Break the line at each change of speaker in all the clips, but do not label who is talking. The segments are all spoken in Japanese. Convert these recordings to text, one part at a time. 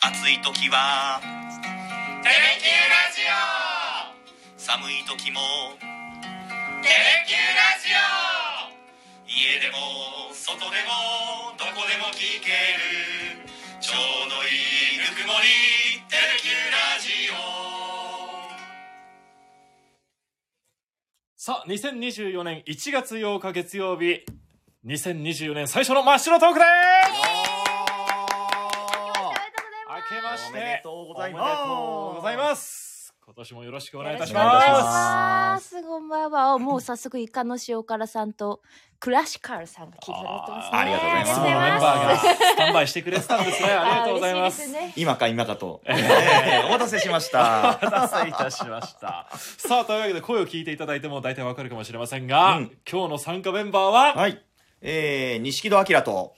暑い時は
テレキューラジオ
寒い時も
テレキューラジオ
家でも外でもどこでも聞けるちょうどいいぬくもりテレキューラジオ
さあ、2024年1月8日月曜日、2024年最初の真っ白トークで
おめでとうございます。おめでとうござい
す明けまして、
ます
おめでとうございます。今年もよろしくお願いいたし
よろしくお願いし
ま
ます。こんばんは。もう早速イカの塩辛さんとクラシカルさんが聞いてくれてますね。
ありがとうござい
す。
ま
いつ
す
ものメンバーがスタンバイしてくれてたんですね。ありがとうございま
あ
す
嬉。しいですね。
今か今かと、えーお待たせしました。
お待たせいたしました。さあ、というわけで声を聞いていただいても大体わかるかもしれませんが、
うん
今日の参加メンバーは、
はい。えー、錦戸明と、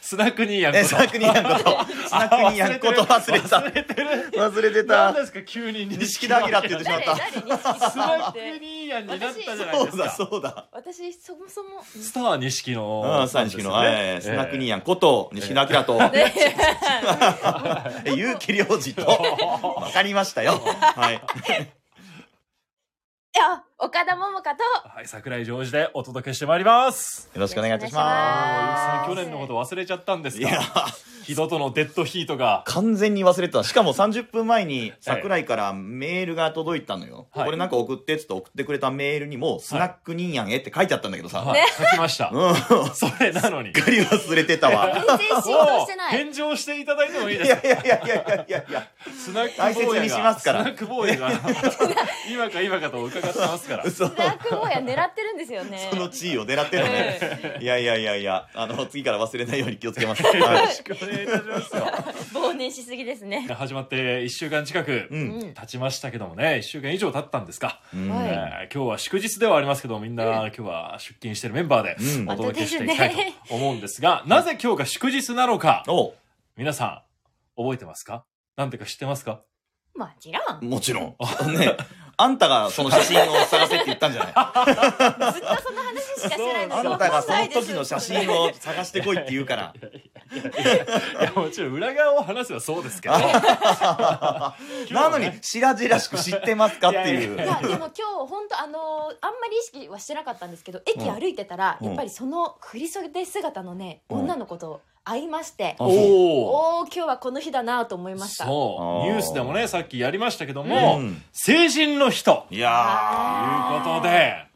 スナックニーヤ ン
えー、
こ
ス
と
ナックニヤンこと、 スナックニヤンこと忘れた。
忘れてる。
忘れて
何
た。
ですか、急に
錦戸明って言ってしまっ
誰
た。
誰に好
スナッ
き
ク
で
ニーヤンになったじゃない
そ
で
う
す
だ、
か。
そうだ。
私そもそも
スター 錦
う
の、
ん、スナックの、
え
はい、
え
スナックニヤンこと、錦戸明 と、
ね
えー結城良二 と、わかりましたよ。はい。
いや岡田桃佳と
はい、桜井ジョージでお届けしてまいります。
よろしくお願いいたし
あ
ま。
ーゆうき
ー
さん、去年のこと忘れちゃったんですす
いや
か
ー
木戸とのデッドヒートが。
完全に忘れてたしかも30分前に桜井からメールが届いたのよ、
はい
これなんか送ってっつって送ってくれたメールにも「スナックニーヤンへ」って書いてあったんだけどさ、
はい、書きました
う。んす
それなのに。
っかり忘れてたわ
全然仕事してない。
返上していただいてもいいで
い
すか
やいやいやいやいやいや
スナック
大切
ボーイが
にしますから
スナックボーイが今か今かと伺ってますから
嘘
スナック坊や狙ってるんですよね。
その地位を狙ってるのね、 いやいやいやいやあの次から忘れないように気をつけます、
よ
は
ろ
い
しくお願いいたしますよ
忘年しすぎですね。
始まって1週間近く
うん
うん
経ちましたけどもね1週間以上経ったんですか、
うん
はい
えー今日は祝日ではありますけどみんな今日は出勤してるメンバーで
うん
お届けしていきたいと思うんですが、なぜ今日が祝日なのか
お
皆さん覚えてますかなんてか知ってますか
もちろん。
もちろんねあんたがその写真を探せって言ったんじゃないあ
ずっとその話しかしてないの
んたがその時の写真を探してこいって言うから
いやもちろん裏側を話せばそうですけど
なのに白々しく知ってますかっていう
いやいやい
いやでも今日本当あのーあんまり意識はしてなかったんですけど駅歩いてたら、
うん
やっぱりその振り袖姿のね、
うん
女の子と会いまして、
あ
おお
おお今日はこの日だなと思いました
そ
あ
う
ー
ニュースでもねさっきやりましたけども、
うん
成人の日と
いや
いうことで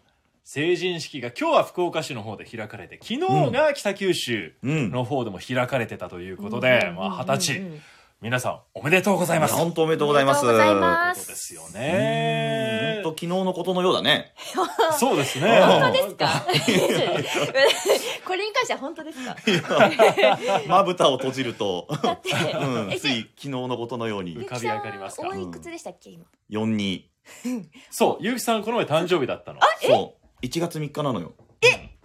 成人式が今日は福岡市の方で開かれて昨日が北九州
ーうん
の方でも開かれてたということで、まあ二十歳、
うんうんうん
皆さんおめでとうござい
いや
ます。
本当おめでとうございます
おめでとう
とい
ござい
う
ま
ことですすよ
本
ね
当。昨日のことのようだね
そうですね。
本
本当ですか これに関しては本当ですか
まぶたを閉じると、
だ って、
うん、
え
つい昨日のことのよう
浮
に
かび上がりますか
ゆきさんはおいくつでしたっけ今
4に
そう、ゆうきさんこの前誕生日だったの。
そう1月3日なのよ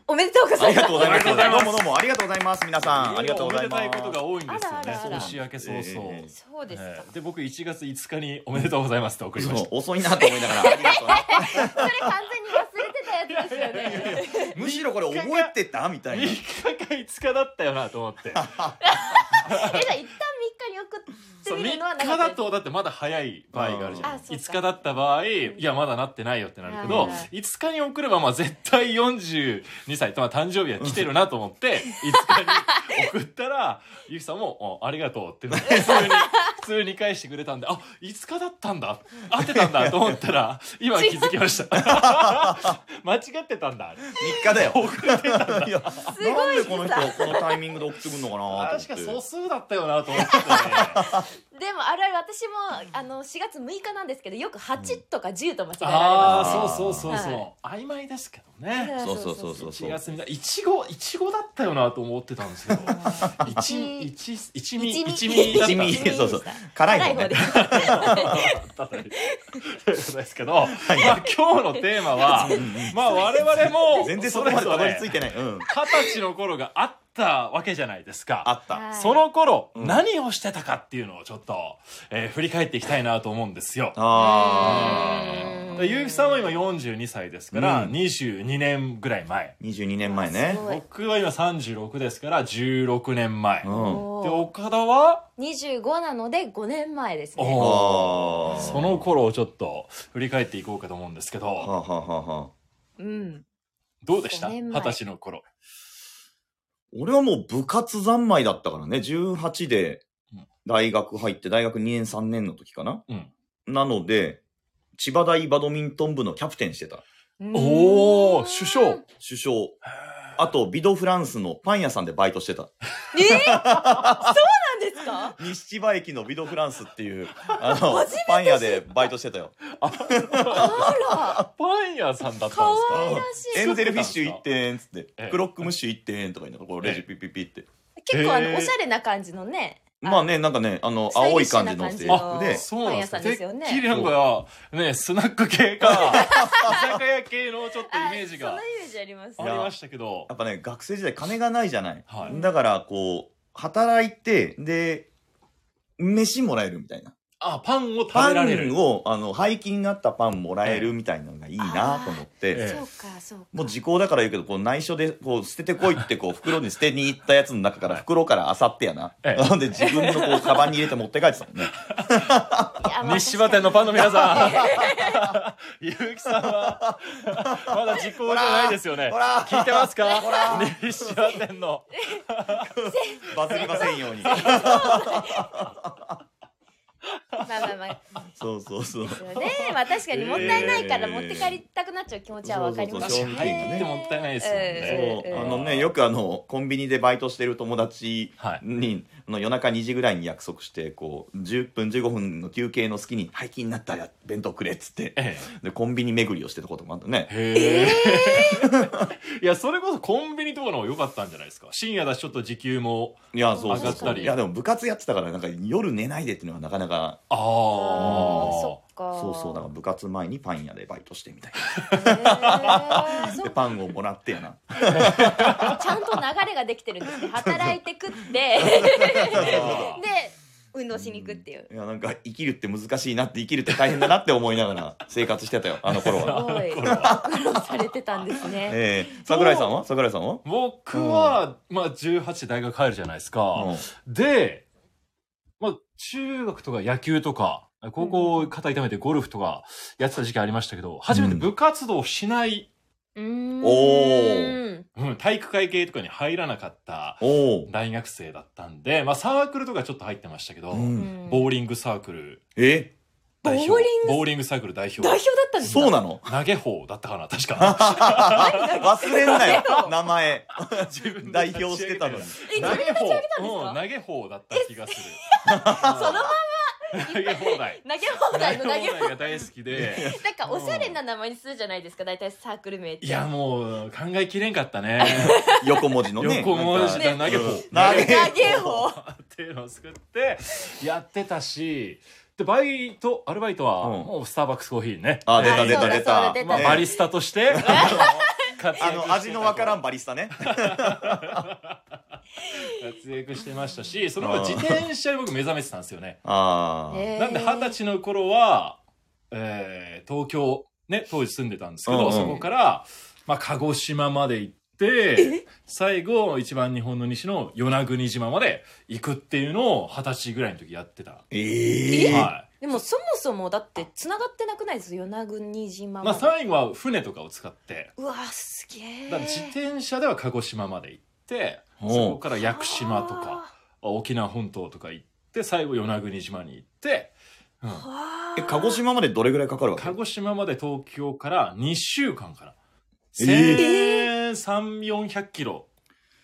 おめでとうご
あ
ざい
り
ま
が
す
とうございますどう
ありがとうございます
もどうもありがとうございます皆さんありがとうございます
おめでたいことが多いんですよ
あらあらあ
ね。
ら
年明け早々。
ええ
そうですか、
ええで僕1月5日におめでとうございますって送りま
そう
し
遅いなと思いながらありがとうね
それ完全に忘れてたやつですよね
むしろこれ覚えてたみた
た。
い
3
な
日か5日だったよなと思って。
えじゃあ一旦3日に送って
そう
み
3
るのは
日
なかっ
だ
た
とだってまだ早い場合があるじゃん
あーあそうか
5日だった場合いやまだなってないよってなるけ
う
ど
ん
5日に送ればまあ絶対42歳とまあ誕生日は来てるなと思って5日に送った らゆきさんも「あありがとう」って普通 に普通に返してくれたんであ5日だったんだ合ってたんだと思った ら今気づきました 間違ってたんだ
3日だよ いやなんでこの人このタイミングで送ってくんのかなと思っ
あ
て
確か素数だったよなと思って
でもあるある私もあの4月6日なんですけどよく8とか10と間違えられ
あ
ます、
あそうそうそうそう曖昧ですけどね
そうそうそうそうそ
1
う
月みたいいちごいちごだったよなと思ってたん ですけど一一一味一味だった
一味そうそう辛いのね
です
だったということですけど、まあ今日のテーマはまあ我々も
全然そこまでたどり着い
て
てない。うん。
二十歳の頃があったわけじゃないです
あ
か。
った。
その頃、
うん
何をしてたかっていうのをちょっと、えー振り返っていきたいなと思うんですよ。
あ
う
らゆうきさんは今42歳ですから、
うん
22年ぐらい前
22年前ね
すごい
僕は今36ですから16年前、
う
で
ん
おー
岡田は
25なので5年前ですね
おー
ああ
その頃をちょっと振り返っていこうかと思うんですけ
は
ど
あ、はあはあはあ
うん
どうでした
五年
二
前
十歳の頃
俺はもう部活三昧だったからね18で
うん
大学入って大学2年3年の時かな、
うん
なので千葉大バドミントン部のキャプテンしてた
おお首相
首相あとビドフランスのパン屋さんでバイトしてた
えー、そうなんですか
西千葉駅のビドフランスっていうあ のパン屋でバイトしてたよ
あ
パン屋さんだったんです
可
か
愛らし
エ
い
ンゼルフィッシュ1点っつって
ええ
クロックムッシュ1点とか言いながらこうレジピッピッピッって
結構あ
へ
の
ー
おしゃれな感じのね
まあねなんかねあの
スタイリ
青
ッ
い
シュ
感
な
じの
感
制
じ
の
服で
そうなんです
パン屋さんですよね
てっきりなんかねスナック系 か居酒屋系のちょっとイメージ
あそ
が
のイメージあります
ありましたけど
やっぱね学生時代金がないじゃない、
はい
だからこう働いてで飯もらえるみたいな
あパンを食
パ
べられる
ンをあの廃棄になったパンもらえるみたいなのがいいなと思って、
ええ
そうかそうか
もう時効だから言うけどこう内緒でこう捨ててこいってこう袋に捨てに行ったやつの中から袋からあさってやな、
ええ
なんで自分のこうカバンに入れて持って帰ってたもんね
いやまあ
西芝店のパンの皆さん ゆうきさんはまだ時効じゃないですよね
ほら
聞いてますか西芝店の
バズりませんように
まあまあまあ
そうそうそう
ですよねまあ確かにもったいないから持って帰りたくなっちゃう気持ちはわかります
そうそうそう
確かに入ってもったいないですもんね
ええ
あのねよくあのコンビニでバイトしてる友達
はい
に、あの夜中2時ぐらいに約束してこう10分15分の休憩の隙に廃棄になったら弁当くれっつって
え
でコンビニ巡りをしてたこともあったね
へえ いやそれこそコンビニとかの方が良かったんじゃないですか深夜だしちょっと時給も
いやそうそ
上
う
がった
そう
り
いやでも部活やってたからなんか夜寝ないでっていうのはなかなか
ああ
あーそっか
そうそうだから部活前にパン屋でバイトしてみたい
へー
な
そ
で
っ
パンをもらってや な
かちゃんと流れができてるんですね働いて食ってで運動しに行くっていう
いやなんか生きるって難しいなって生きるって大変だなって思いながら生活してたよあの頃
す
は
ごいご苦労されてたんですね
ええ桜井さんは桜井さんは
僕は、まあ18大学入るじゃないですか、でまあ中学とか野球とか高校肩痛めてゴルフとかやってた時期ありましたけど初めて部活動しない、
うーん
おー
うん体育会系とかに入らなかった
うんおお
大学生だったんで、まあ、サークルとかちょっと入ってましたけど、
うん
うん
ボーリングサークル
え
代表
ボーリング
ボーリングサークル代表
代表だったんですか
そうなの
投げ法だったかな確 か
忘れんなよ名前
自分で
代表してたのに
え
投げ法
か
うん投げ法だった気がする
そのま
投げ放題
ま投げ放題の投げ放題
が大好きで
なんかおしゃれな名前にするじゃないですか大体サークル名って
いやもう考えきれんかっ たね
横文字のね
横文字
なんか
だ投げ法
投
投
げ
げ法
っていうのを作ってやってたしでバイトアルバイトは
うん
もうスターバックスコーヒーね
あ出
は
た
い
出
そ
た
うだ
出た
そうだ出た
まあ
ね
バリスタとして 活躍して
あ
た
の味のわからんバリスタね
活躍してましたしその後自転車に僕目覚めてたんですよね
ああ
へー
なんで二十歳の頃は、えー東京、ね、当時住んでたんですけど、
うんうん
そこから、まあ、鹿児島まで行 って、最後、一番日本の西の与那国島まで行くっていうのを二十歳ぐらいの時やってた。
ええ
は
でもそもそもだって繋がってなくないですよ与那国島
い。
ま
まあ、
で
最後は船とかを使って、
うわすげえ
だから自転車では鹿児島まで行って、
お
そうこから屋久島とか、沖縄本島とか行って、最後、与那国島に行って、うん
あーわー
え鹿児島までどれぐらいかかるわけ
鹿児島まで東京から2週間から
え
1300400キロ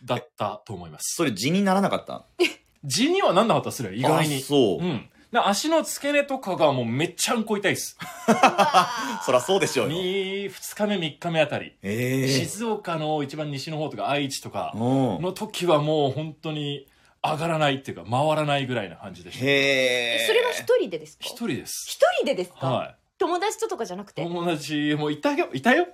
だったと思います
それ地にならなかった
地にはなんなかったですね意外に
あそううん
な足の付け根とかがもうめっちゃんこ痛いです
そりゃそうでしょうよ
2日目3日目あたり
ええ
静岡の一番西の方とか愛知とか
うん
の時はもう本当に上がらないっていうか回らないぐらいな感じでした
へえ
えそれは一人でですか
一人です
一人でですか、
は
友達ととかじゃなく
い
て
友達もいたよいたよ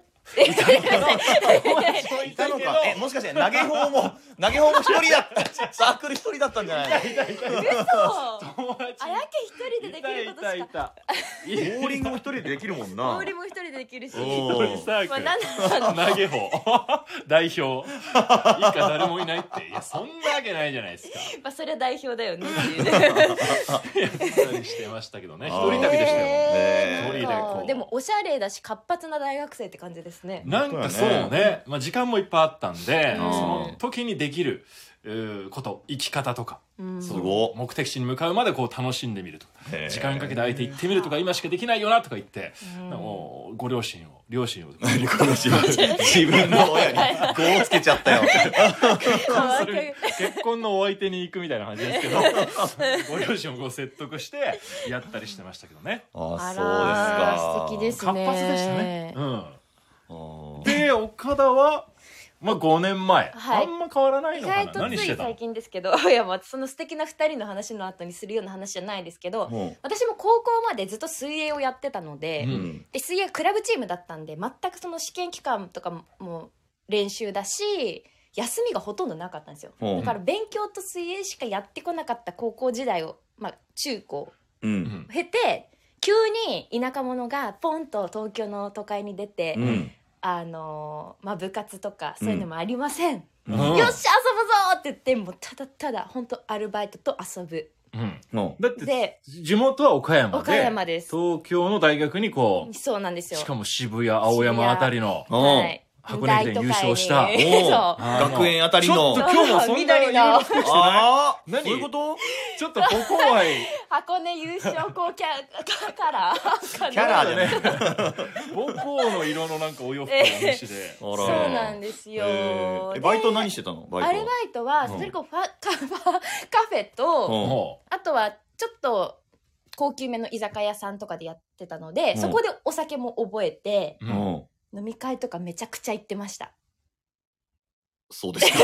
いたのかえもしかして投げ方も投げ方も一人だったサークル一人だったんじゃないの
そう
友達
あやけ一人でできることし
い
か
た いたい
ボーリングも一人でできるもんな
氷も一人でできるし
お
た一人サー
ま
ク
あ
ル
なんだろう
投げ方 代表以下誰もいないっていやそんなわけないじゃないですか
まあそれは代表だよねっていうね
いやそんなにしてましたけどね一
あー
人旅でしたよ
へ
一
ー
人でこう
でもおしゃれだし活発な大学生って感じですね
なんかそう
そう
ね、まあ、時間もいっぱいあったんで、
うん
その時にできるうーこと生き方とか
うん
す
ごっ
目的地に向かうまでこう楽しんでみるとか
へー
時間かけて相手行ってみるとか今しかできないよなとか言って、
うん
もうご両親を両親を
自分の親にこうつけちゃったよ
可愛く
結婚のお相手に行くみたいな感じですけどご両親をご説得してやったりしてましたけどね
あ
あ
ら
そう
素敵
で
です
か
す
活
ね
発でしたね、うん、
あー
で岡田は、まあ、5年前、
はい
あんま変わらない
意
のか
外
な
と
何
つ
して
い
たの
最近ですけど いやまあその素敵な二人の話の後にするような話じゃないですけど
も
私も高校までずっと水泳をやってたので、
う
うん
で水泳はクラブチームだったんで全くその試験期間とかももう練習だし休みがほとんどなかったんですよ、
うん
だから勉強と水泳しかやってこなかった高校時代を、まあ、中高
う
うんん
経て急に田舎者がポンと東京の都会に出て、
うん
あのーまあ、部活とかそういうのもありません、
うん
よっしゃ遊ぶぞって言ってもうただただ本当アルバイトと遊ぶ
うん
も
だって
で
地元は岡山で
岡山です
東京の大学にこ
そうなんです
う
よ
しかも渋谷青山あたりの
う
はい、
箱根駅伝優勝した
大都会
お
に
う
そう
あの
学園あたり
ちょ
の
っと今日もそんな
緑の
色々服着てない
ああ
何
そういうこと
ちょっとここは
箱根優勝校キャカラーかな
キャラじゃない
母校の色のなんかお洋服の話で
あら
そうなんですよ、
えーえ
で
バイト何してたのバイト
アルバイトは
うん
それこそファ、カファカフェと、
うん
も
あとはちょっと高級めの居酒屋さんとかでやってたので、
うん
そこでお酒も覚えて
う、
う
うん
ん
飲み会とかめちゃくちゃ行ってました
そうですか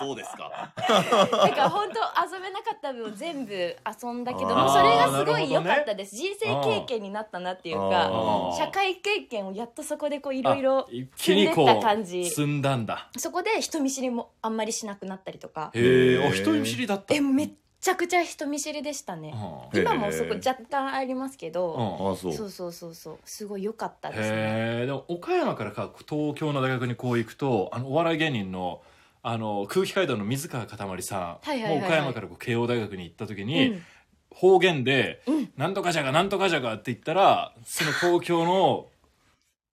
そうですか
だから本当遊べなかった分を全部遊んだけど
あー
もうそれがすご
な
い
る
良
ほどね
かったです、人生経験になったなっていう
あ
か
ー
社会経験をやっとそこでこういろいろ
あ一気にこ
積んでった感
う
じ
積んだんだ
そこで人見知りもあんまりしなくなったりとか
へえ
へー
お人見知りだった
えめっちゃくちゃ人見知りでしたね
う
今もそこ
へー
若干ありますけ
ん
ど
うん
あそう
そうそうそうそうすごい良かったですね
へえでも岡山からか東京の大学にこう行くとあのお笑い芸人のあの空気階段の水川かたまりさん
はいはいはいはい
もう岡山からこう慶応大学に行った時
う
に、
ん
方言で
うん
「なんとかじゃがなんとかじゃが」って言ったらその東京の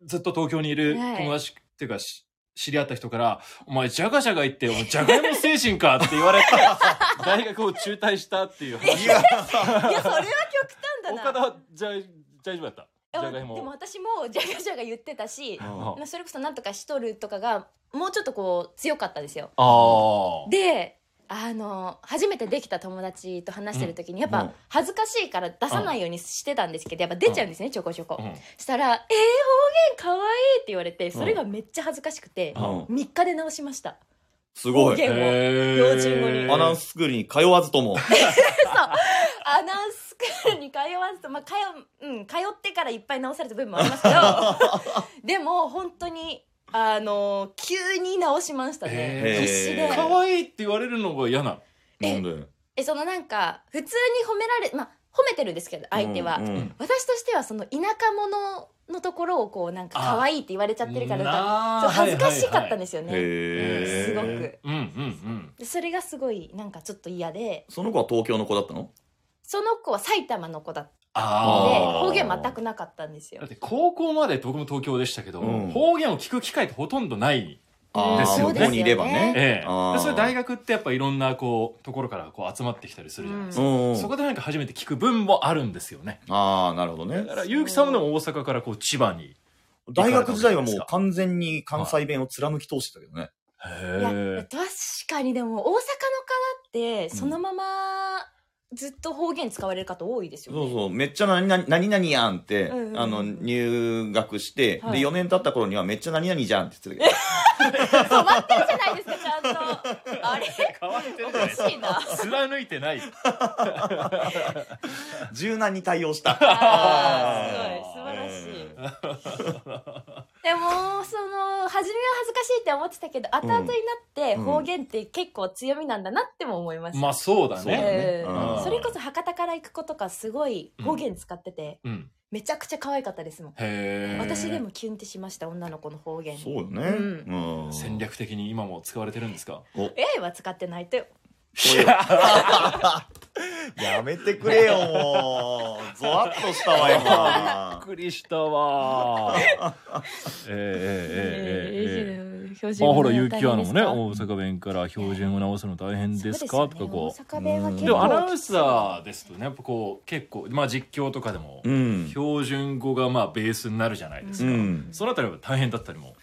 ずっと東京にいる
はい
友達っていうかし知り合った人から「お前じゃがじゃが言ってお前じゃがいも精神か」って言 われて大学を中退したっていう話
いや
いやそれは極端
岡
だ
田
な
はじゃ大丈夫だったじゃ
で
がい
もでも
も。
私もジャガジャガ言ってたし
あ
まあそれこそなんとかしとるとかがもうちょっとこう強かったですよ
あー
であの初めてできた友達と話してる時にやっ
う
ぱ
ん
恥ずかしいから出さないようにしてたんですけどやっぱ出ちゃうんですねちょこちょこ
うん
したら「えー、方言かわいい!」って言われてそれがめっちゃ恥ずかしくて
うん
3日で直しました
すご
方
い
へ
言
ー
標準語に
アナウンススクールに通わずとも
アナウンススクールに通わずと、まあ、通うん通ってからいっぱい直された部分もありますけどでも本当にあの急に直しました
へ
ね
ー
必死で
え
可愛いって言われるのが嫌なの
え
なんで
えそのなんか普通に褒められまあ褒めてるんですけど相手は、
うんうん
私としてはその田舎者のところをこうなんか可愛いって言われちゃってるからなんか
な
そ
あ
う恥ずかしかったん
はいはいはい
ですよね、
へえ
すごく
うんうん
でそれがすごいなんかちょっと嫌で
その子は東京の子だったの
その子は埼玉の子だったんで
ああ
ー
方言全くなかったんですよ
だって高校まで僕も東京でしたけど、
うん
方言を聞く機会ってほとんどない、
ああ
ですよ
向
ね
こうにいればね
ええ
あー
でそれ大学ってやっぱいろんなこうところからこう集まってきたりするじゃないです
う
か、
んうん
そこでなんか初めて聞く分もあるんですよね
ああなるほどね
だから結城さんもでも大阪からこう千葉に
大学時代はもう完全に関西弁を貫き通してたけどね
いや
へ
確かにでも大阪の方ってそのままずっと方言使われる方多いですよね
そう そうめっちゃ何々何々やんって、
うんうんうん
あの入学して、
はい
で4年経った頃にはめっちゃ何々じゃんって言ってたけ
止まってるじゃないですかちゃんとあれ
変わってる
お
じゃない
かし いな
貫いてない
ど柔軟に対応した
あーすごい素晴らしい、
うん
でもその初めは恥ずかしいって思ってたけど後々になって
うん
方言って結構強みなんだなっても思いました、
まあそうだ
そうだ
ね
え
ね
ー
うん
それこそ博多から行く子とかすごい方言使ってて、
うん
めちゃくちゃ可愛かったですもん
へえ
私でもキュンってしました女の子の方言
そうだね、
う
うん
戦略的に今も使われてるんですか
AI は使ってないとよ
やめてくれよもうゾワッとしたわ今
びっくりした わーええええええええまあほら結城アナもね大阪弁から標準を直すの大変ですかとかこう
大阪弁は結構
でもアナウンサーですとねやっぱこう結構まあ実況とかでも
うん、
標準語がまあベースになるじゃないです
う
か
ん、
そのあたりは大変だったりも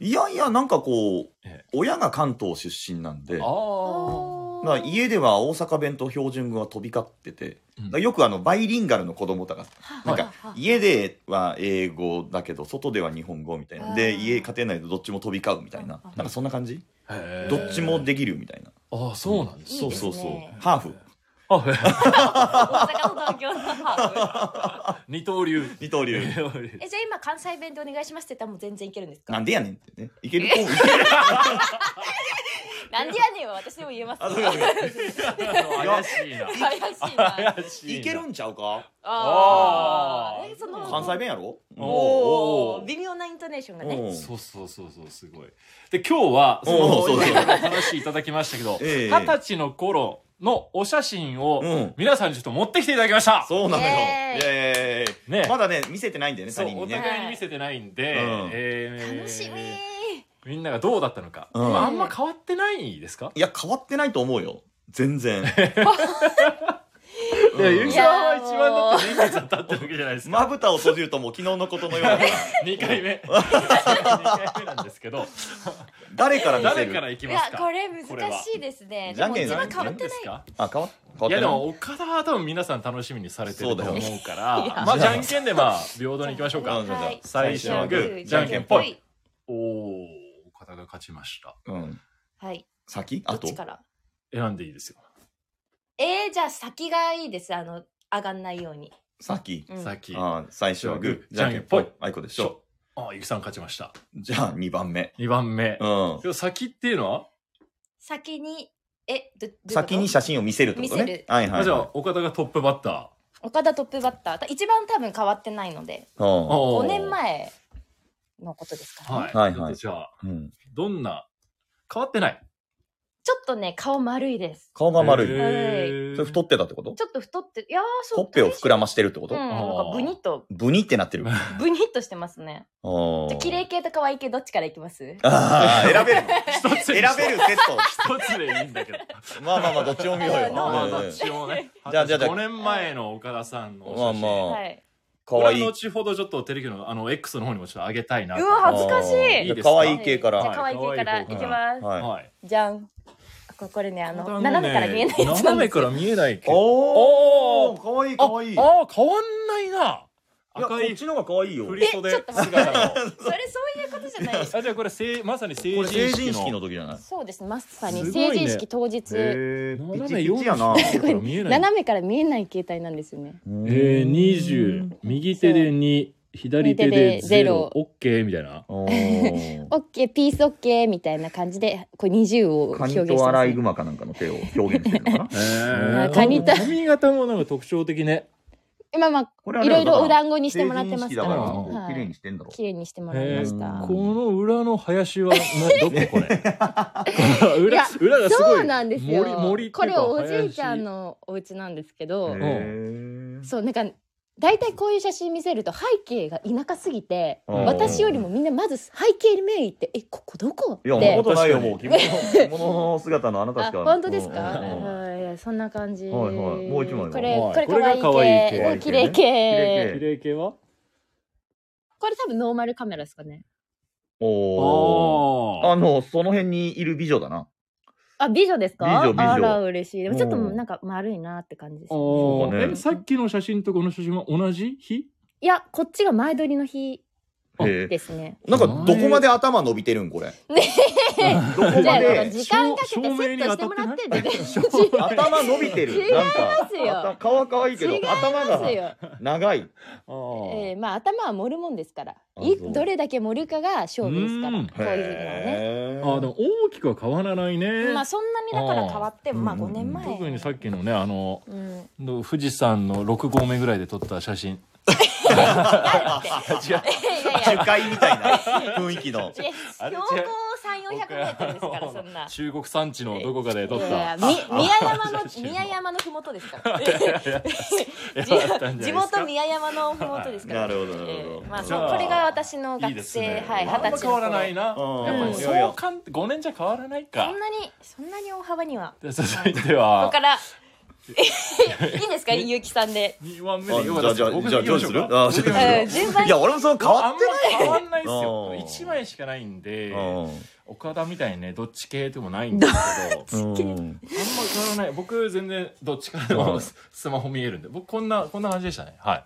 いやいやなんかこう
ええ
親が関東出身なんで
あ
だから家では大阪弁と標準語が飛び交ってて、
うん
だからよくあのバイリンガルの子供とかなんか家では英語だけど外では日本語みたいなで
あー
家家庭内でどっちも飛び交うみたいな
ああ
なんかそんな感じ
あへえ
どっちもできるよみたいな
ああそうなんです
いい
そ
で
う
すね
そうそうハーフ
あへえ
大阪と東京のハーフ
二刀流
二刀流
二刀流
えじゃあ今関西弁でお願いしますって言ったらもう全然いけるんですか
なんでやねんってねいけると思ういける
なんでやねんは私でも言えます
あそうかそうか
怪しいな
怪しいな
怪しいない
けるんちゃうか
あ
あ
ー
ー
えその
関西弁やろ
お
お
お
ー微妙なイントネーションが
う
ね
ん
そうそうそうそうすごい。で今日はそ
おうそう
の
そう
今お話いただきましたけど、二、
ええ
十、歳の頃のお写真を
うん
皆さんにちょっと持ってきていただきました。
そうなのよ
イ
イエーイ
ね
まだね見せてないんだよね
そ
他
う
人
お
にね
互いに見せてないんで、
うん
えー
楽しみ
みんながどうだったのか、
うん
まあ、あんま変わってないですか、
いや変わってないと思うよ全 然
いやゆき
いや
さんは一番だって年月が経ってるわけじゃないですか
まぶたを閉じるともう昨日のことのような
2回目 2回目なんです けど
誰から見せ
誰
る
からいき
い
ます
や
か
これ難しいですね
じゃ
で
ん
も
けんじゃん
一番
けん
変わって
で
ない
すか
あ変わ変わっ
い
て
や
ない
でも岡田は多分皆さん楽しみにされてると思うから
そうだよね
まあじゃんけんでまあ平等にいきましょうか、
うん
はい
最初はグーじゃんけんぽいおお岡田が勝ちました
うん
はい
先
ど
あ
っ
と
ちから
選んでいいですよ、
えー、じゃあ先がいいですあの上がんないように、
先
うん
さっき
あー最初はグー
じゃんけんぽい
あいこでしょ
あゆきさん勝ちました
じゃあ2番目
2番目、
うん
でも先っていうのは、
先にえどどういうこと
先に写真を見せるってこと
見せる
ねはいはい
あじゃ
は
あ岡田がトップバッター
岡田トップバッター一番多分変わってないので
い
5
5
年前のことですから、ね
はい、
はいはい
じゃあ
うんうん
どんな変わってない
ちょっとね顔丸いです
顔が丸い
へー
それ太ってたってこと
ちょっと太っていやーそ
ほ
う
っぺを膨らましてるってこ
う
と
んなんかブニッと
ブニってなってるあ
ブニッとしてますね
ー
じゃあ綺麗系と可愛い系どっちからいきます
あー選べる
一つ
選
に
べるセッ
一つでいいんだけど
トまあまあまあどっちも見ようよ
ま あ
まあ
うん
どっちもね
じゃあじゃあじゃあ
5年前の岡田さんのお写真
まあまあ
はい
かわい
これ
い
は後ほどちょっとテレビのあの X の方にもちょっと上げたいなと
うわ恥ずか
い
しい
いですか
かわいい系か
じゃあ
ら
可愛い系からいきます、
はい
はい
じゃんあこれこれねあの
これはね
斜めから見えないやつな
斜
んで
め
す
か
よ
ら見えないけど
お
お
お
ー
かわいいか
あ
わいいや
あ変わんないな
こ
赤い
っちの方がかわいいよ
振り
えちょ
袖
っと待ってそれそういうことじゃないです
あじゃあこれせいまさに成
これ
人
成人
式
式
の
の時じゃない
そうですねまさに
すごい
成
ね
人式当日、
へえ
斜
ピ
め
チピチやな
40から見えない
斜めから見えない携帯なんですよね
えー、20右手で2左手で
右手で
0
0
オッケーみたいな
お ー
オッケーピースオッケーみたいな感じでこれ20を
カ
表
ニ
現して
とア
ま
ラ
す、
イ
ね
グ、マかなんかの手を表現してるのかな
え
カニと
髪型もなんか特徴的ね
今まあ
これあ
い
れ
ろいろ
だから
お団子にしてもらってま
成人
すか
式だ
ら
から
うん
こう綺麗
はい
にしてんだろ
綺麗にしてもらい
え
まし
ー
た、
この裏の林 はなどここれ
いや
裏裏がすごい
そうなんですよ
森森って
こ
いう
れ
か
おじいちゃん
林
のお家なんですけど、
ー
へー
そうなんか大体こういう写真見せると背景が田舎すぎて
うん
私よりもみんなまず背景名行って「えここどこ?」
い
っ
や、そんな
て
ことないよ、
確
もう。
か
着
に
物着物の姿のあなた
あ
しか。
本当ですか、
うんうんうん
はいいやそんな感じ、
はいはいもう一枚は
これ
はい
これ
これが
かわいい系
可愛い系
綺麗系
綺麗
綺麗系は
これ多分ノーマルカメラですかね
おー
あ
あの、その辺にいる美女だな。
あ、美女ですか
美女美女
あら、嬉しい。でもちょっと
うん
なんか丸いなって感じです、ね。
そ
お
うだ
ー
ね
えさっきの写真とこの写真は同じ日
いや、こっちが前撮りの日
あ
へえ
ですね。
なんかどこまで頭伸びてるんこ れ。どこ
じゃ
ま
あ、なんか
で
時間かけてセ
照明
ッ
に
ト
当
したて
っ
も
て
ら
な
っ
い
てって。
頭伸びて
違
る。
い
なん
ま
か
すよ
頭顔は可愛いけど
違います
頭
です
が
よ。
長い。
あー
えー、まあ頭は盛るもんですから
あ
い
そう
どれだけ盛るかが勝負ですから
うん
こういう時期はね
へえ
あーでも大きくは変わらないね、
まあそんなにだから変わってもまあ
うんうん
5
うん
年前
特にさっきのねあの
うん
の富士山の6合目ぐらいで撮った写 真 違う
樹海みたいな雰囲 気の。
いや
あれ
標
違う
高3 4 0 0メートルですからそんな。
中国山地のどこかで撮っ
いや
た
いやみ宮山の
写真も
宮山のふもとですから。
やあったんじゃない
地地
ですか
元宮山のふもとですから。
なるほどなるほど
えーまあ
じ
そう
ゃあ
これが私の
いい
学
です
生
ね
はい
あん
二
ま
十歳
変
の
わ
頃
らないな
うん
やっぱり
うん
そうかん5年じゃ変わらない
そ
か
んなにそんなに大幅には。
で続いて
こ
は
こ から。いいですか、ゆうきさんで。
2番目
あ
でよかったです
じゃあじゃあ
僕
じゃあ
行きましょうか
どうするあじゃあ
うん順番
い
に
や。俺もその変わ
あん
っ
ま
てない
変わんないですよ
うん
1枚しかないんで
よ。
岡田みたいにねどっち系でもないんですけど
うんうん
あんま変わらない。僕、全然、どっちからで
う
も
ん
ススマホ見えるんで。僕、こんな、こんな感じでしたね。はい。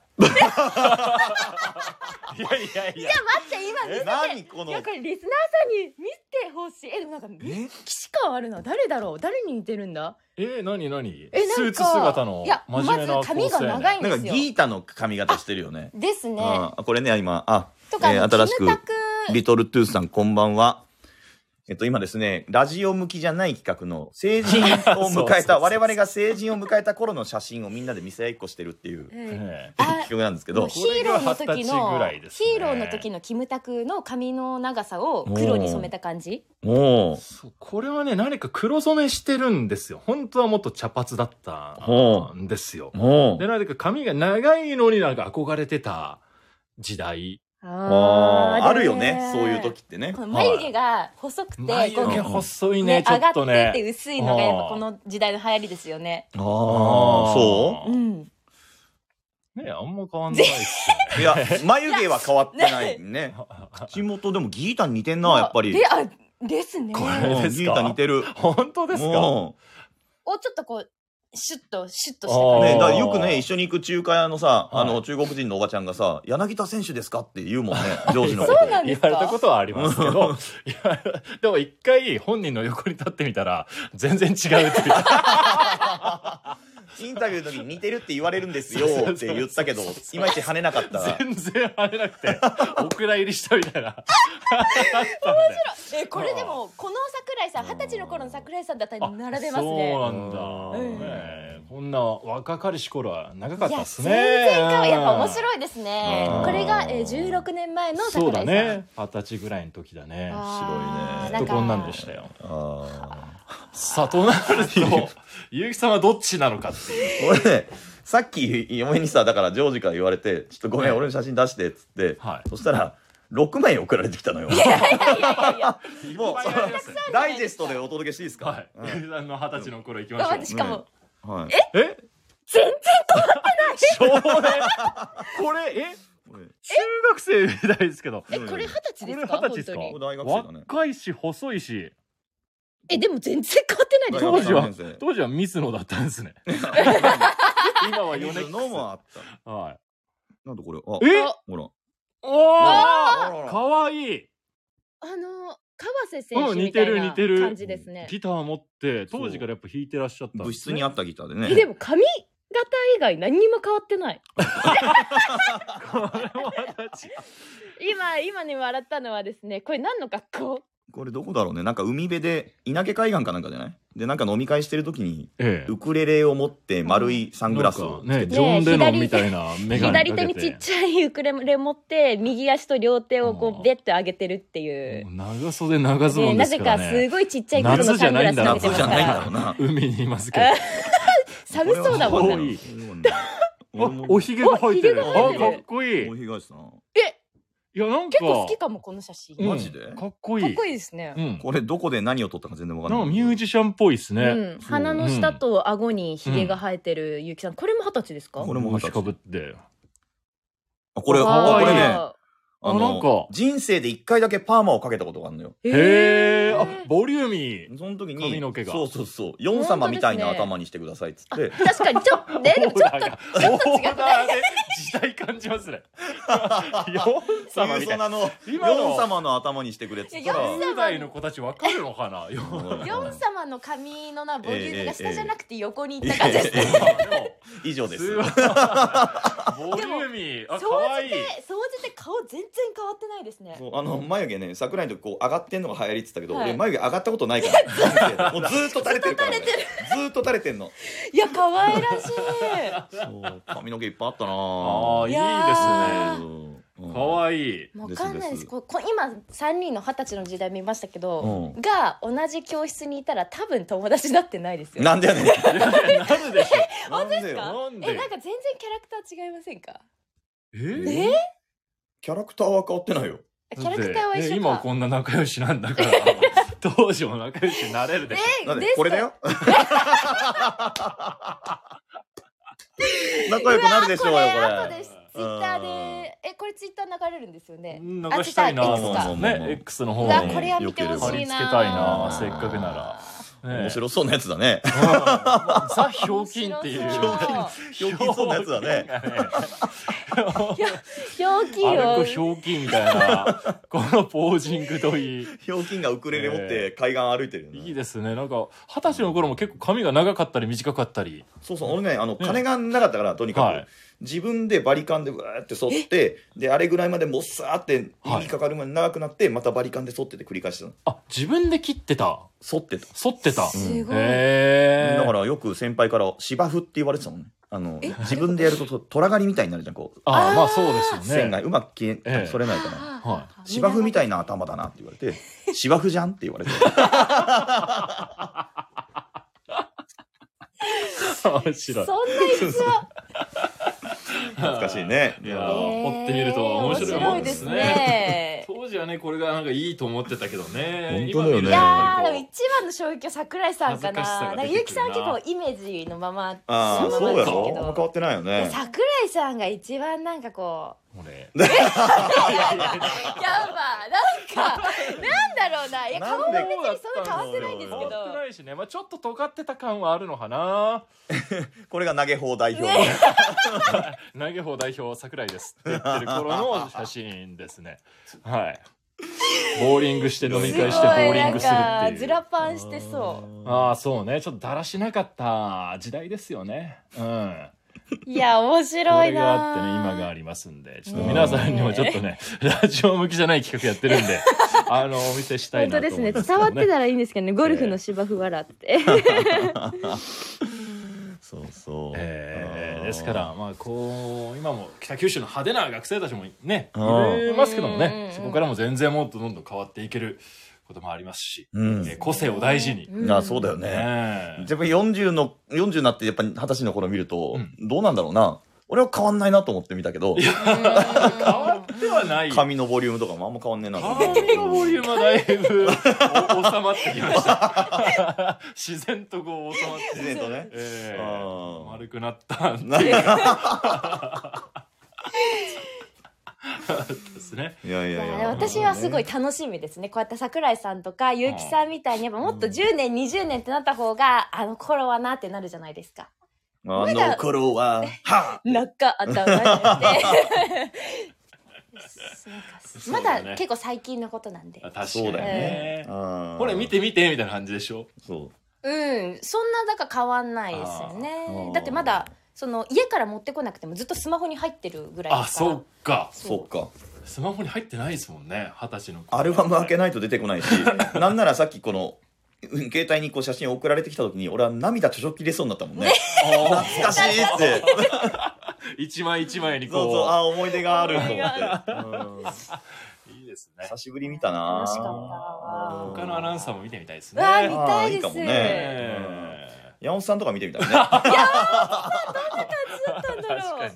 いやいやいや。
待って、今見せ
え
て。
何こ
い
の
やこれリスナーさんに見てほしいえでもなんか既視感あるな誰だろう誰に似てるんだ
えー、なになに
えなんか
スーツ姿の
いや、
真
ま
面目な
ず髪が長いん
なんか
ですよ
ギータの髪型してるよね。
ですね
あこれね今あ
とか、
えー
あ
新
の
しく
キムタク
リトルトゥースさんこんばんは。えっと今ですねラジオ向きじゃない企画の成人を迎え
そうそうそ
た
う
我々が成人を迎えた頃の写真をみんなで見せ合いっこしてるっていう
うん
え
あ
企画なんですけ
も
ど
うヒーローの時
これが二十歳
の、
ぐらいです
ヒ
ね
ーローの時のキムタクの髪の長さを黒に染めた感じ
おう
えそうこれはね、何か黒染めしてるんですよ。本当はもっと茶髪だった
ほ
んですよ。
お
で、
う
なぜか髪が長いのになんか憧れてた時代。
あー
ー
あるよねそういう時ってね
この眉毛
はい
が細くて、
眉
こう
毛細い
ね
ね、ちょ
上が
っ
っ
と
て
ね。
て薄いのがやっぱこの時代の流行りですよね
ああそう
うん
ん
ねあんま変わんないっすね。
ういや眉毛は変わってないね 口元でもギータに似てんなやっぱり
であですね
こ
うん
れです
ギ
か
ータ似てる
本当ですか
うん
をちょっとこうシュッとシュッと
あー
し
ね、
た
だ
感
からよくね一緒に行く中華屋のさ、あ
はい
の中国人のおばちゃんがさ「柳田選手ですか?」って言うもんね上司の
じそうなんですか
言われたことはありますけど、いやでも一回本人の横に立ってみたら、全然違うっていう。
インタビューの時に似てるって言われるんですよって言ったけどいまいち跳ねなかったら
全然跳ねなくて、お蔵入りしたみたいな。
えこれでもこの桜井さん二十歳の頃の桜井さんだったら並べます
そう
ね
なんだ。
うん
ねこんな若かりし頃は長かっ
い
た
や
です
全
ね。
然かやっぱ面
い。
白いですね
うん
これが、えー、16年前の
そうだ
桜井さん
ね。二十歳ぐらいの時だね。
あー
ずっとこんなんでし
か
たよ。
あ
さあ、となると、ゆうきさんはどっちなのかっていう。
ー俺ねさっき嫁にさだからジョージから言われて「ちょっとごめん、
はい
俺の写真出して」っつって、
はい
そしたら6枚送られてきたのよ
いやいや いや
もう
いっぱいありますね
ダイジェストでお届けしていいですか、
はい。ゆうきさんの二十歳の頃行きましょ
待っ
う
て。しかも、
はい
え
全然
少年これえ
これ
中学生みたいですけど
えこれ二十
こ
歳で
れ
す
二
か
十歳
本
です
当
か
大
に
学生だね
若いし細いし
えでも全然変わってないです
大
よ
当
学
時
三
は
年生
当時はミスノだったんですね 今は米
水のもあった
は
なんだこれあ
いえ
ほら
おお
あらら
かわいい
あの川瀬選
う
手
ん似
みた
て
い
る似
な
てる
感じですね、
ギター持って当時からやっぱ弾いてらっしゃったん
部
です
室
ね
にあったギターで
え
ね
でも髪型以外何にも変わってない
これも二十歳
今今に笑ったのはですねこれ何の学校
これどこだろうねなんか海辺で稲毛海岸かなんかじゃないでなんか飲み会してる時に
ええ
ウクレレを持って丸いサングラス
な
を
んかねジョン・レノンみたいなメガネ
左
かけ
手にち
て
っちゃいウクレレ持って右足と両手をこ
あー
うベッて上げてるっていう
もう長袖長ズボ
ね
ンで
な
す
ぜ
か
からす
ね
ごいちっちゃい黒のサングラスかけ
夏
てま
じ
す
ゃ
か
ないんだ
ら
ろうな
海にいますけど
寒そうだもん
これは
ね
ね
多い
あおひげが生えてる
おひげが
あ
生えてる
かっこいい
おひがしたない
やなんか
結構好きかもこの写真、
うん
マジで
かっこいい
かっこいいですね、
うん
これどこで何を撮ったか全然わか
なんん
な
か
い
ミュージシャンっぽいです
う
ね。
ん鼻の下と顎にひげが生えてるゆうきさん、これも二十歳ですか
これも二十
帽子
歳
かぶって。
あこれあ
可愛い
これね
あ
あ
あなんか
の人生で一回だけパーマをかけたことがあるのよ
ー
へえ、あボリューミー
その時に
髪の毛が
そうそうそうヨン様みたいな頭にしてくださいっつって、
確かにちょっとねでも
オー
ちょっ
ダー
と
がオーダーで時代感じますねヨン様みたいな
なの
今の
ヨン様の頭にしてくれっつっ
い
た
や
ら
ヨン様
10代の子たちわかるのかなヨン
うん
ヨン様の髪のなボリューム
ええ
が
え
下
え
じゃなくて横に行った感じです
ええ
ね。
様でも
以上です
すごいボリューミーあ
総
可愛
じ
い
て総じて顔全然変わってないですね。
そうあの眉毛ね桜井の時こう上がってんのが流行りって言ったけど、
はい
俺眉毛上がったことない からもうずーっと垂れてるから
ずっと垂れ
ずーっと垂れてんの
いや可愛らしい。
そう髪の毛いっぱいあったな
ああい
い
い
や
です
ー
ね
うん
可愛い
わかんないで。
ですす
こうこう今三人の二十歳の時代見ましたけど、
う
が同じ教室にいたら多分友達になってないですよ。
なんでやねん
いやいやなるでしょ
なんでよ
なんで
えなんか全然キャラクター違いませんか。
え
え
キャラクターは変わってないよ
キャラクターは
だって
一
え
緒
今
か。
こんな仲良しなんだから当時も仲良しになれるでしょ
え
なんで
です
これ だよ仲良くなるでしょうよこ
うわこれ後
れ
でツイッターでえこれツイッター流れるんですよね。
うん流したいな
あツイッター X か
もうもうもうもう
ね X の方
うわ
に
これは見てほ
貼
し
り
い
付け
な。
たいなせっかくなら。ね
面白そうなやつだね
うんザ・ひょうきんっていう
面白
ひょうきんひょうきんそうなやつだね
ひょうきん
あれ
を
こひょうきんみたいなこのポージングといい
ひょうきんがウクレレ持って海岸歩いてるよね
いいですねなんか二十歳の頃も結構髪が長かったり短かったり
そうそう俺ねあの金がなかったからとにかく、
はい
自分でバリカンでうわーって剃ってであれぐらいまでもっさーって
はい
耳かかるまで長くなってまたバリカンで剃ってて繰り返してたの
あ自分で切ってた
剃ってた、
剃ってた
すごい。
へえ
だからよく先輩から芝生って言われてたもんねあの自分でやるとと虎狩りみたいになるじゃんこう
ああまあそうですよね
線がうまく消え、
ええ
それないかな
は
芝生みたいな頭だなって言われて「芝生じゃん?」って言われて
面白い
そんな逸話。
懐かしいね
いや
え
ー
ー
掘ってみると面白いもんです
面白いです
ね
ね。
当時はねこれがなんかいいと思ってたけどね。
本当だよね
い
今見ると
やーでも
なん
一番の衝撃は桜井さんか
恥ずかしさ
な。
が
なんか
出てくるな
ゆうきさんは結構イメージのまま
ああ
そ
そ
の
う
ま
や
まです
ろ
け
あんま
ど
変わってないよね
桜井さんが一番なんか
か
こ
これ
うやばなんかなんだろうないや顔は別にそんな変わってないんですけ
変わって
ど
ないしね。まあちょっと尖ってた感はあるのかな。
これが投げ放代表、
ね
投げ方代表桜井ですって言ってる頃の写真ですね。はい。ボーリングして飲み
す
会してボ
ご
ー
い
リ
な
ン
ん
グする
か
って
ズ
いう。
ラパンしてそう
ああそうね。ちょっとだらしなかった時代ですよね。うん。
いや面
こ
白
れ
い
があってね
な
今がありますんでちょっと皆さんにもちょっと ね、ラジオ向きじゃない企画やってるんであのお見せしたい
本
なと
当で
思い
すね
ます
伝わって
ね
たらいいんです けどねゴルフの芝生笑って
そうそう、
え
あ
ー
ー
ですからまあこう今も北九州の派手な学生たちもねい
うん
ますけども
うんうん
ね
うん
そこからも全然もっとどんどん変わっていけることもありますし、
うん
えー個性を大事に、ね
あそうだよね、
え
やっぱり40の、40になって、やっぱり20歳の頃見ると、
うん
どうなんだろうな。俺は変わんないなと思って見たけど、
変わってはない
髪のボリュームとかもあんま変わんねえなと思って。
髪のボリュームはだいぶお 収まってきました 自然とこう収まって
自然とね。
ええ
あー
丸くなったん
なんか
ですね。
いやい
い
や
や
い
で
や。
も 私はすごい楽しみですねこうやって桜井さんとか結城さんみたいにやっぱもっと10年20年ってなった方があの頃はなってなるじゃないですか。
あの頃は、は
なかあったわね
そう
ま
だね
だ結構最近のことなんで
確。
あ
か
そう
に
だよね。
ね。
ほ
これ見。て見てみたいな感じでしょ。
そ
うんそんなだから変わんないですよ
あ
ね
ー
だってまだその家から持ってこなくてもずっとスマホに入ってるぐらい
あ、
ですから
そうか
う。。そっか。
スマホに入ってないですもんね。二十歳の頃
アルバム開けないと出てこない し、なんならさっきこの、うん携帯にこう写真送られてきた時に、俺は涙ちょちょ切れそうになったもんね。
あ
懐かしいって。
ー 一枚一枚に
そうそう、
こ
あー思い出があると思って。
う。いいですね。
久しぶり見たな
楽しかったわ
他のアナウンサーも見てみたいです
うわー
ね。
見たい
あーいい
で
かも
す
ね
え
山本さんとか見てみたいね。
なんだろう
確かに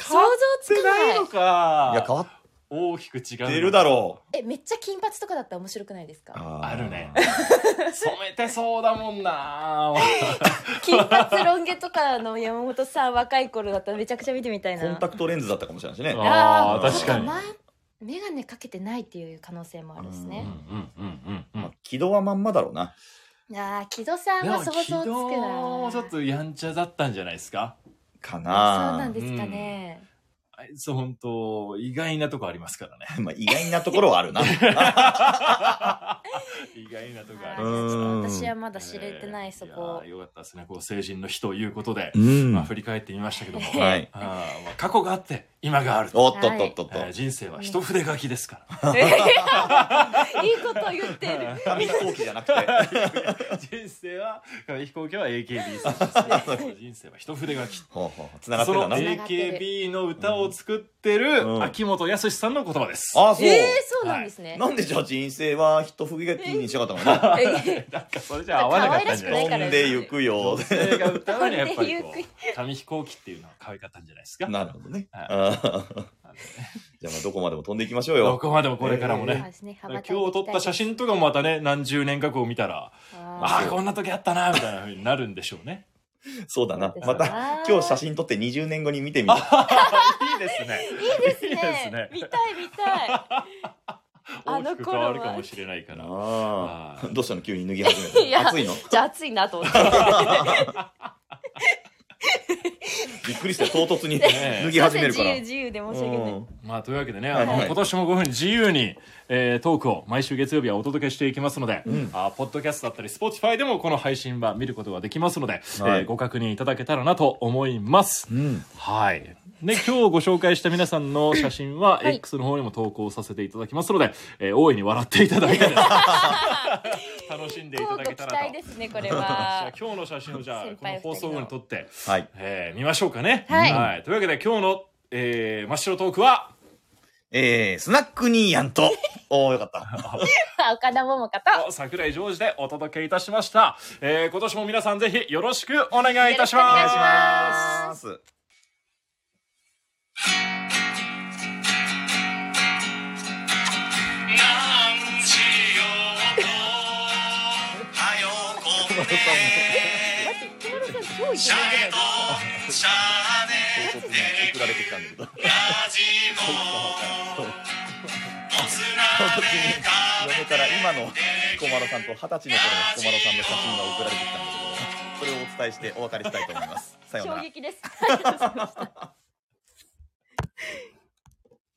想像つ
え。
かない
ないのか。
いや、変わっ
大きく違う。
てるだろう。
えめっちゃ金髪とかだったら面白くないですか
あ
あるね。染めてそうだもんな。
金髪ロン毛とかの山本 さん若い頃だったらめちゃくちゃ見てみたいな
コンタクトレンズだったかもしれないしね。
あー
ー
確かに
そっ前眼鏡かけてないっていう可能性もあるんです
うん
ね。
うんうんうんう
ま
ん
あ、軌道はまんまだろうな。
ああ、木戸さんは想像つくな。
でもちょっとやんちゃだったんじゃないですか
か
そう
な
なんですかね。
あいつ本当意外なとこありますからね
まあ、意外なところはあ るな。
意外なとこあ
はい
り
ち
ます
うん
ょっと私はまだ知れてないそこ
いやーよかったですねこう成人の日ということで、
ん
まあ、
は
振り返ってみましたけども、
え
い。
あーまあ、過去があって今があると、
おっとっとっとっと。
えー人生は一筆書きですから
いいこと言ってる。
紙飛行機じゃなくて。
人生は飛行機は AKB さんですね人生は一筆書き
ほうほう。繋がって
そ
るんだ
の
な。
え繋がってる
AKB の歌を作って
う
る
ん
秋元康さんの言葉です、
あ、そう。
ええ、そうなんですね。
なんでじゃあ人生は一振りがきにしなかったのか
え
なんかそれじゃ合わなかったんじゃない
な。
だ
飛
ですか
から
んでゆくよ
女。性が歌うにはやっぱりこ
飛んでゆ
う紙飛行機っていうのは可愛かったんじゃないですか
なるほどね。
はい
あーじゃあまあどこまでも飛んでいきましょう
ど
よ。
こまでもこれからも
ー
ね、
そうですね羽ば
今
た
日
いていきい
撮った写真とかもまたね何十年か後見たら
あ
あ
そ
あ
う
こんな時あったなみたいな風になるんでしょうね
そうだな
そう。です
ま
ね
た今日写真撮って20年後に見てみる。
いいですね
ーいいですね
いいですね
見たい見たいあ
大
の
き
頃は
く変わるかもしれないから
あ
は
あ。
い
どうしたの急に脱ぎ始
い
め
や
た。暑いの
じゃあ暑いなと思って
びっくりしたよ唐突に
ねえ
脱ぎ始めるか
自
ら
由。自由で申し訳な
う
い
ん
まあというわけでね、
はい
あの
はい
今年もこういうふうに自由に、えートークを毎週月曜日はお届けしていきますので、
ん
あーポッドキャストだったり Spotify でもこの配信版見ることができますので、
はい
えーご確認いただけたらなと思います。
うん。
はい。で、今日ご紹介した皆さんの写真は、
い
X の方にも投稿させていただきますので、えー大いに笑っていただいてですね、 楽しんでいた
今
だ
度
け
期
たら
待
と。
で
じ
すねこれ
ゃあ
は
今日の写真をじゃあ、
先
この
輩
放送後に撮って、
はい。
えー見ましょうかね。
はい
というわけで今日の、えー真っ白トークは、
えー、スナックニーヤン と。おー、よかった。
岡田桃佳と
桜井ジョージでお届けいたしました、えー、今年も皆さんぜひよろしくお願いいたします
よろしくお願いしま
ます。
何しようとはよこんで
小室さん超イケ
シャ
メ
レとシャレテレ
送られてきたんだけど。
ラジオおつなで食べ
嫁
て
から今の彦摩呂さんと二十歳の頃の彦摩呂さんの写真が送られてきたんだけどそれをお伝えしてお別れしたいと思いますさ
ン
ようなら
衝撃ですありがとうございました